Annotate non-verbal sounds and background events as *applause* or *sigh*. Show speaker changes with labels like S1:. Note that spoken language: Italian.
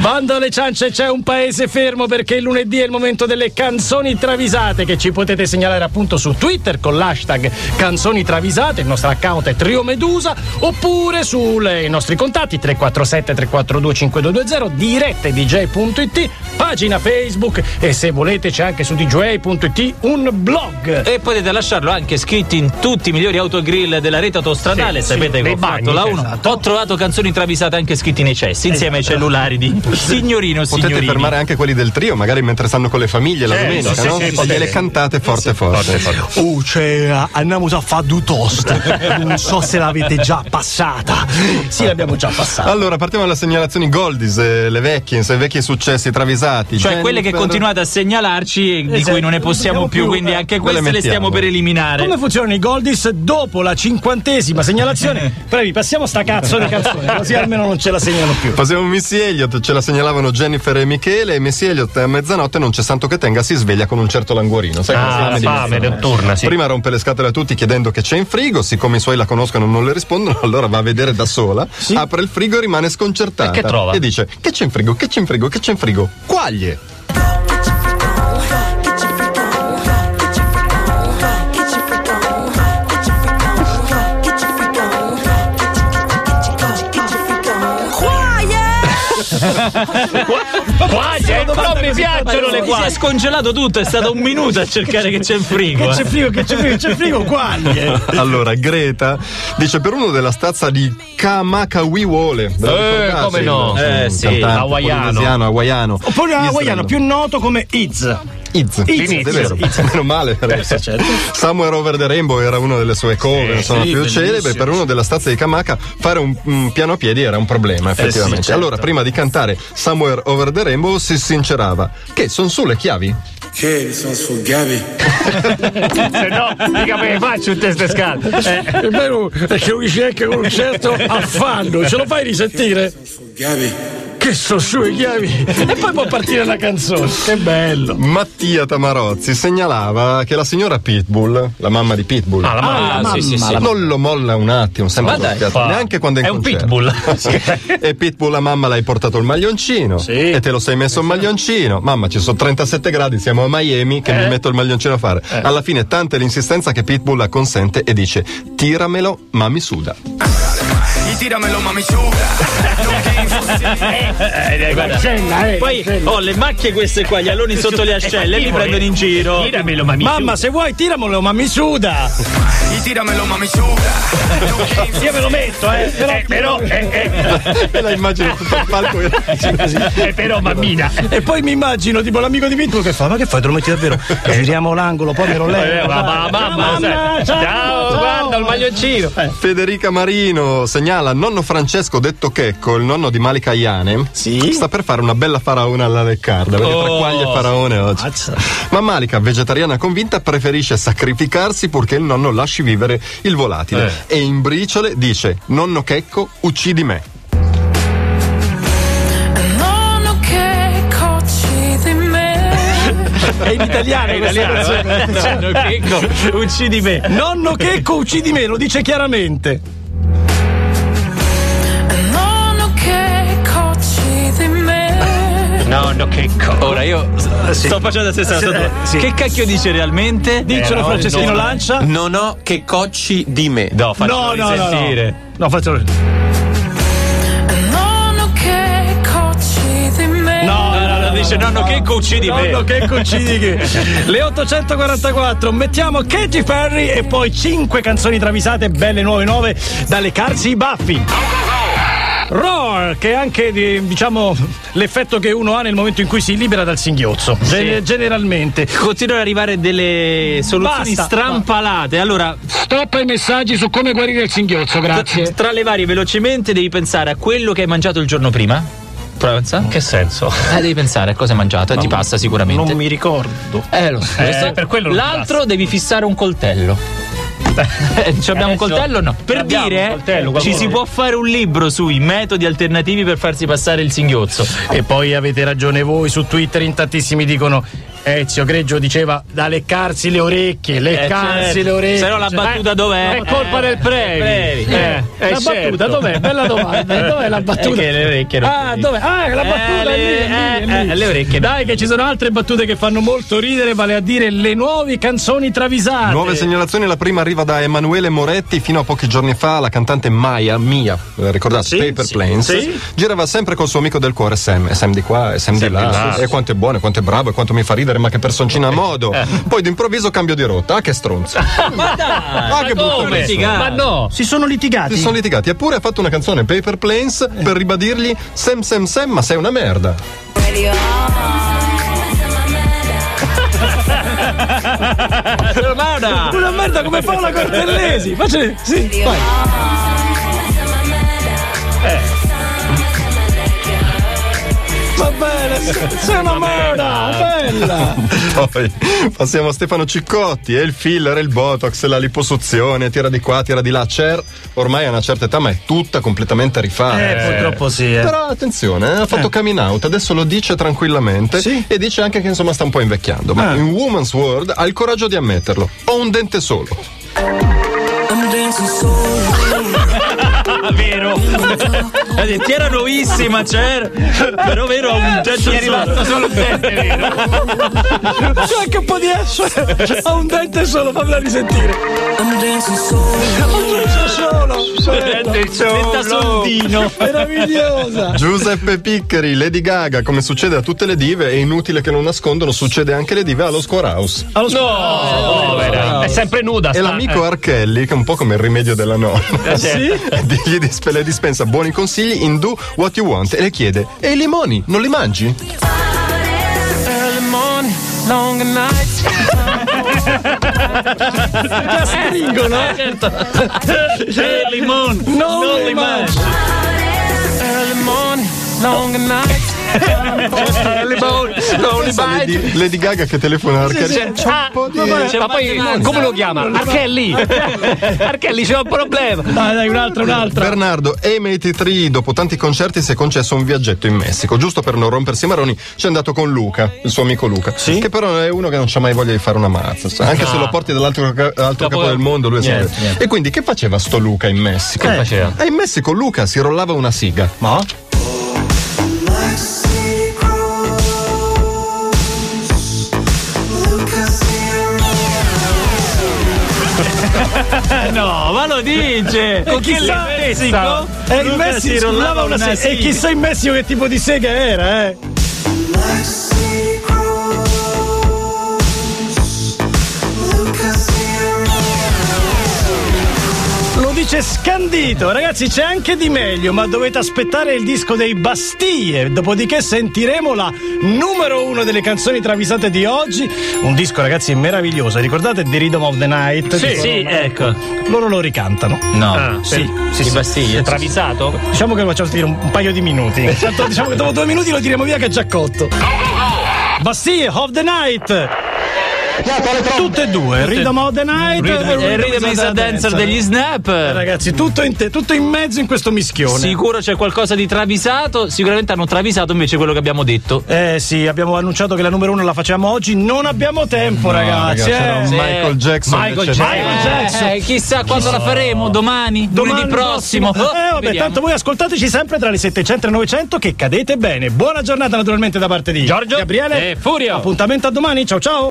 S1: Bando alle ciance, c'è un paese fermo perché il lunedì è il momento delle canzoni travisate che ci potete segnalare appunto su Twitter con l'hashtag canzoni travisate, il nostro account è Trio Medusa, oppure sui nostri contatti 347-342-5220, dirette dj.it, pagina Facebook e se volete c'è anche su dj.it un blog.
S2: E potete lasciarlo anche scritto in tutti i migliori autogrill della rete autostradale,
S1: Sì,
S2: sapete
S1: sì,
S2: che
S1: nei
S2: ho fatto
S1: bagni,
S2: la 1.
S1: esatto.
S2: Ho trovato canzoni travisate anche scritte nei cessi, insieme ai cellulari di signorino,
S3: Potete
S2: signorino.
S3: fermare anche quelli del trio, magari mentre stanno con le famiglie la
S4: Certo,
S3: domenica,
S4: sì,
S3: no?
S4: sì,
S3: E
S4: potete.
S3: le cantate forte forte.
S5: Oh, c'è andiamo a fare due toast. Non so se l'avete già passata.
S1: Sì, l'abbiamo già passato.
S3: Allora, partiamo dalle segnalazioni Goldis, eh, le vecchie, insomma, i vecchi successi
S2: Cioè
S3: travisati. Jennifer-
S2: quelle che continuate a segnalarci e di
S1: Esatto,
S2: cui non ne
S1: non
S2: possiamo
S1: possiamo
S2: più,
S1: più,
S2: quindi
S1: eh.
S2: anche
S3: Quelle
S2: queste le
S3: mettiamo.
S2: stiamo per eliminare.
S4: Eh.
S1: Come funzionano i Goldis dopo la cinquantesima
S4: Eh.
S1: segnalazione? Previ, passiamo sta cazzo di
S4: *laughs*
S1: canzone, così almeno non ce la segnano più.
S3: Passiamo a Missy Elliott, ce la segnalavano Jennifer e Michele. E Missy Elliott a mezzanotte non c'è santo che tenga, si sveglia con un certo languorino. Sai come si
S4: Ah,
S3: chiama
S4: la
S3: di
S4: fame
S3: mezzanotte?
S4: notturna, sì.
S3: Prima rompe le scatole a tutti chiedendo che c'è in frigo, siccome i suoi la conoscono non le rispondono, *laughs* allora va a vedere da sola, apre il frigo e rimane sconcertata.
S2: E che trova?
S3: E dice: Che c'è in frigo? Che c'è in frigo? Che c'è in frigo? Quaglie!
S4: Quaglie, non mi piacciono le
S2: Si è
S4: quaglie.
S2: scongelato tutto, è stato un minuto a cercare che c'è il frigo.
S1: Che
S2: eh.
S1: c'è frigo, che c'è frigo, che c'è frigo, quaglie.
S3: *laughs* Allora, Greta dice per uno della stazza di Kamakawiwole. Ve la
S4: Eh,
S3: ricordate?
S4: come no?
S3: Il-
S2: Eh,
S3: il
S2: sì,
S3: cantante
S4: hawaiano.
S3: polinesiano, hawaiano.
S1: Oppure un
S3: Israel.
S1: hawaiano più noto come Iz.
S3: Iz.
S1: Iz,
S3: Iz,
S1: Iz,
S3: vero. Meno male. Samuel Over the Rainbow era una delle sue cover, insomma, più celebre. Per uno della stazza di Kamaka fare un, un piano a piedi era un problema, effettivamente. Allora, prima di cantare Somewhere Over the Rainbow si sincerava che sono su le chiavi.
S6: Che sono su Gabi.
S4: Se Eh, no, mica me le faccio tutte ste
S1: *laughs*
S4: scatole. Eh,
S1: È vero, perché lo dice anche con un certo affanno. Ce lo fai risentire?
S6: Su Gabi.
S1: Che sono su i chiavi. E poi può partire la canzone. Che bello.
S3: Mattia Tamarozzi segnalava che la signora Pitbull, la mamma di Pitbull,
S4: Ah, la mamma.
S2: Ah, sì, sì, sì.
S3: non lo molla un attimo, sempre
S2: Ma dai,
S3: doppiato,
S4: fa-
S3: neanche quando è in
S2: È un
S3: concerto.
S2: pitbull.
S3: *laughs* E Pitbull, la mamma, l'hai portato il maglioncino.
S1: Sì.
S3: E te lo sei messo il maglioncino. Mamma, ci sono 37 gradi, siamo a Miami, che mi metto il maglioncino a fare. Alla fine, tanta è l'insistenza che Pitbull la consente e dice: Tiramelo, ma mi suda. *laughs*
S7: Y tíramelo, mami chuda. No game
S4: eh, guarda.
S1: Scena, eh.
S2: Poi ho le macchie queste qua, gli alloni sotto le ascelle, mi prendono in giro.
S4: Diramelo, mamma.
S1: Mamma, se vuoi, tiramelo, ma mi suda.
S7: Y tíramelo, mami chuda. No
S8: *laughs*
S7: game
S4: io me lo metto, eh. Eh, però, eh,
S3: e la immagino tutto il palco.
S4: eh, eh, però, mammina.
S1: E poi mi immagino, tipo, l'amico di Pitbull che fa: Ma che fai? Te lo metti
S4: *laughs*
S1: davvero? Giriamo l'angolo, poi me lo
S4: Eh,
S1: levo.
S4: ma- ma- mamma, sai. ciao, guarda il maglioncino.
S3: Federica Marino segnala nonno Francesco detto Checco, il nonno di Malika Iane, sta per fare una bella faraona alla leccarda, perché tra
S2: Oh,
S3: quaglia e faraone oggi. Ma Malika, vegetariana convinta, preferisce sacrificarsi purché il nonno lasci vivere il volatile.
S9: Eh.
S3: E in briciole dice: Nonno Checco, uccidi me.
S10: Nonno che cocci di me
S1: È in italiano,
S2: È
S1: questa
S2: italiano,
S1: canzone. *laughs*
S2: eh.
S4: Cioè,
S2: Nonno Checco, uccidi me.
S1: Nonno Checco uccidi me, lo dice chiaramente.
S10: Nonno che cocci di me
S4: Nonno, che cosa.
S2: Ora io
S4: Ah,
S2: s- sto facendo la stessa cosa.
S4: eh,
S2: Che cacchio dice realmente?
S1: Dicelo,
S2: Eh, no,
S1: Franceschino
S2: no.
S1: Lancia.
S9: Non ho che cocci di me.
S2: No, faccio
S1: No, no, no, no.
S2: risentire.
S1: No, faccio. No,
S10: Nonno che cocci di me
S2: No, no, no, dice nonno Checco, uccidi me.
S1: Nonno Checco uccidi che. *laughs* Le 844, mettiamo Katy Perry e poi 5 canzoni travisate, belle nuove nuove, da leccarsi i baffi. Roar, che è anche di- diciamo l'effetto che uno ha nel momento in cui si libera dal singhiozzo. Gen- Generalmente.
S2: Continuano ad arrivare delle soluzioni
S1: Basta,
S2: strampalate. Allora,
S8: Stop ai messaggi su come guarire il singhiozzo,
S4: *laughs*
S8: grazie.
S2: tra le varie, velocemente devi pensare a quello che hai mangiato il giorno prima. Prova a pensare.
S4: Che senso?
S2: Eh, devi pensare a cosa hai mangiato e ti passa sicuramente.
S1: Non mi ricordo.
S2: Eh, lo so.
S4: Eh,
S2: questo-
S4: per quello non
S2: L'altro
S4: basta.
S2: devi fissare un coltello. Eh, ci abbiamo un
S4: Adesso
S2: coltello o no? Per
S4: abbiamo un
S2: dire, eh,
S4: coltello,
S2: ci
S4: qualcuno-
S2: si può fare un libro sui metodi alternativi per farsi passare il singhiozzo.
S1: E poi avete ragione voi su Twitter in tantissimi dicono
S4: Ezio Greggio diceva da leccarsi le
S1: Eh,
S4: orecchie, leccarsi
S2: certo.
S4: le orecchie.
S2: Se no la
S4: Cioè,
S2: battuta
S4: eh,
S2: dov'è?
S4: È colpa
S2: Eh,
S4: del Previ.
S2: del Previ.
S4: Eh,
S2: Eh,
S4: la
S2: certo.
S4: battuta dov'è? Bella domanda. Dov'è la battuta?
S2: È che le orecchie non
S4: Ah,
S2: si
S4: dov'è? Ah, la
S2: Eh,
S4: battuta è lì,
S2: le-
S4: è lì, è
S2: eh,
S4: lì.
S2: eh, le orecchie.
S1: Dai, che ci sono altre battute che fanno molto ridere, vale a dire le nuove canzoni travisate.
S3: Nuove segnalazioni, la prima arriva da Emanuele Moretti, fino a pochi giorni fa la cantante Maya, Mia, eh, ricordate, Paper Planes, girava sempre col suo amico del cuore Sam, e Sam di qua e Sam, di là, Eh. e quanto è buono, e quanto è bravo, e quanto mi fa ridere, ma che personcina a modo. Poi d'improvviso cambio di rotta, ah che *laughs* stronzo.
S2: Ma dai,
S3: Ah, che
S2: ma
S3: brutto
S2: come
S3: questo.
S2: litigare?
S4: Ma no,
S5: Si sono litigati.
S3: Si sono litigati, eppure ha fatto una canzone Paper Planes per ribadirgli Sam Sam Sam, ma sei una merda.
S2: Romana!
S1: Una merda come Paola Cortellesi. Facile, sì, vai. Eh. Va bene, sei una merda, bella.
S3: Poi passiamo a Stefano Ciccotti, e il filler, e il botox, e la liposuzione, tira di qua, tira di là, cer, ormai a una certa età ma è tutta completamente rifatta.
S1: Eh, purtroppo sì, eh.
S3: Però attenzione, eh, ha fatto coming out, adesso lo dice tranquillamente e dice anche che insomma sta un po' invecchiando,
S1: Ah.
S3: ma in Woman's World ha il coraggio di ammetterlo. Ho un dente solo.
S2: Vero! Ha detto, era nuovissima, c'era! Però vero, ha un certo getto solo. *laughs*
S1: C'è anche un po' di esso. Ha un dente solo, fammela risentire. Un dente solo. bella,
S2: Detta sondino.
S1: Meravigliosa.
S3: Giuseppe Piccari, Lady Gaga, come succede a tutte le dive, è inutile che non nascondono, succede anche alle dive allo Square House.
S4: povera. È sempre nuda.
S3: E
S4: sta-
S3: l'amico Archelli, che è un po' come il rimedio della nonna, *laughs*
S1: Sì?
S3: gli dis- le dispensa buoni consigli in do what you want e le chiede: E i limoni non li mangi?
S1: Stringono.
S2: Eh, limon!
S1: Non, non
S2: li mangi.
S8: *laughs*
S3: Pensa Lady, Lady Gaga che telefona a Archelli. C'è un Ah, po' di.
S4: Eh, Ma poi come lo chiama? Archelli. Archelli c'è un problema.
S1: Dai, dai, un'altra, un'altra.
S3: Bernardo M83 dopo tanti concerti si è concesso un viaggetto in Messico giusto per non rompersi i maroni ci è andato con Luca il suo amico Luca che però è uno che non c'ha mai voglia di fare una mazza sai, anche se lo porti dall'altro ca- altro Ah. capo del mondo lui è sempre- e quindi che faceva sto Luca in Messico? Che faceva? in Messico Luca si rollava una siga ma?
S2: No, ma lo dice! Con chi
S1: Chissà
S2: l'ha
S1: in
S2: messa?
S1: Messico, eh, in
S2: Luca si
S1: Messico
S2: rollava
S1: scrollava una
S2: una
S1: sega. E
S2: siga.
S1: chissà in Messico che tipo di sega era, eh. Lo dice scandito, ragazzi c'è anche di meglio, ma dovete aspettare il disco dei Bastie, dopodiché sentiremo la numero uno delle canzoni travisate di oggi, un disco ragazzi meraviglioso, ricordate The Rhythm of the Night?
S2: Sì,
S1: Dicono-
S2: sì, ecco.
S1: Loro lo ricantano.
S2: No.
S1: Ah, sì,
S2: sì, sì. Bastiglie. Ah, Travisato?
S1: Diciamo che lo facciamo dire un, un paio di minuti.
S2: *laughs*
S1: Tanto diciamo che dopo due minuti lo tiriamo via che è già cotto. Bastie, of the night! Tutte e due, Rhythm of the night
S2: E Rhythm is a Dancer degli Snap.
S1: Ragazzi, tutto in, te- tutto in mezzo in questo mischione.
S2: Sicuro c'è qualcosa di travisato. Sicuramente hanno travisato invece quello che abbiamo detto.
S1: Eh sì, abbiamo annunciato che la numero uno la facciamo oggi. Non abbiamo tempo, ragazzi.
S3: ragazzi, era
S1: eh.
S3: un
S1: Sì.
S3: Michael Jackson
S2: Michael
S3: eccetera.
S2: Jackson.
S1: Michael Jackson.
S2: Eh, chissà quando la faremo, domani,
S1: Domani
S2: lunedì prossimo. Oh,
S1: eh, vabbè,
S2: vediamo.
S1: tanto voi ascoltateci sempre tra le 700 e le 900 che cadete bene. Buona giornata naturalmente da parte di Giorgio, Gabriele
S2: e Furio.
S1: Appuntamento a domani, ciao ciao.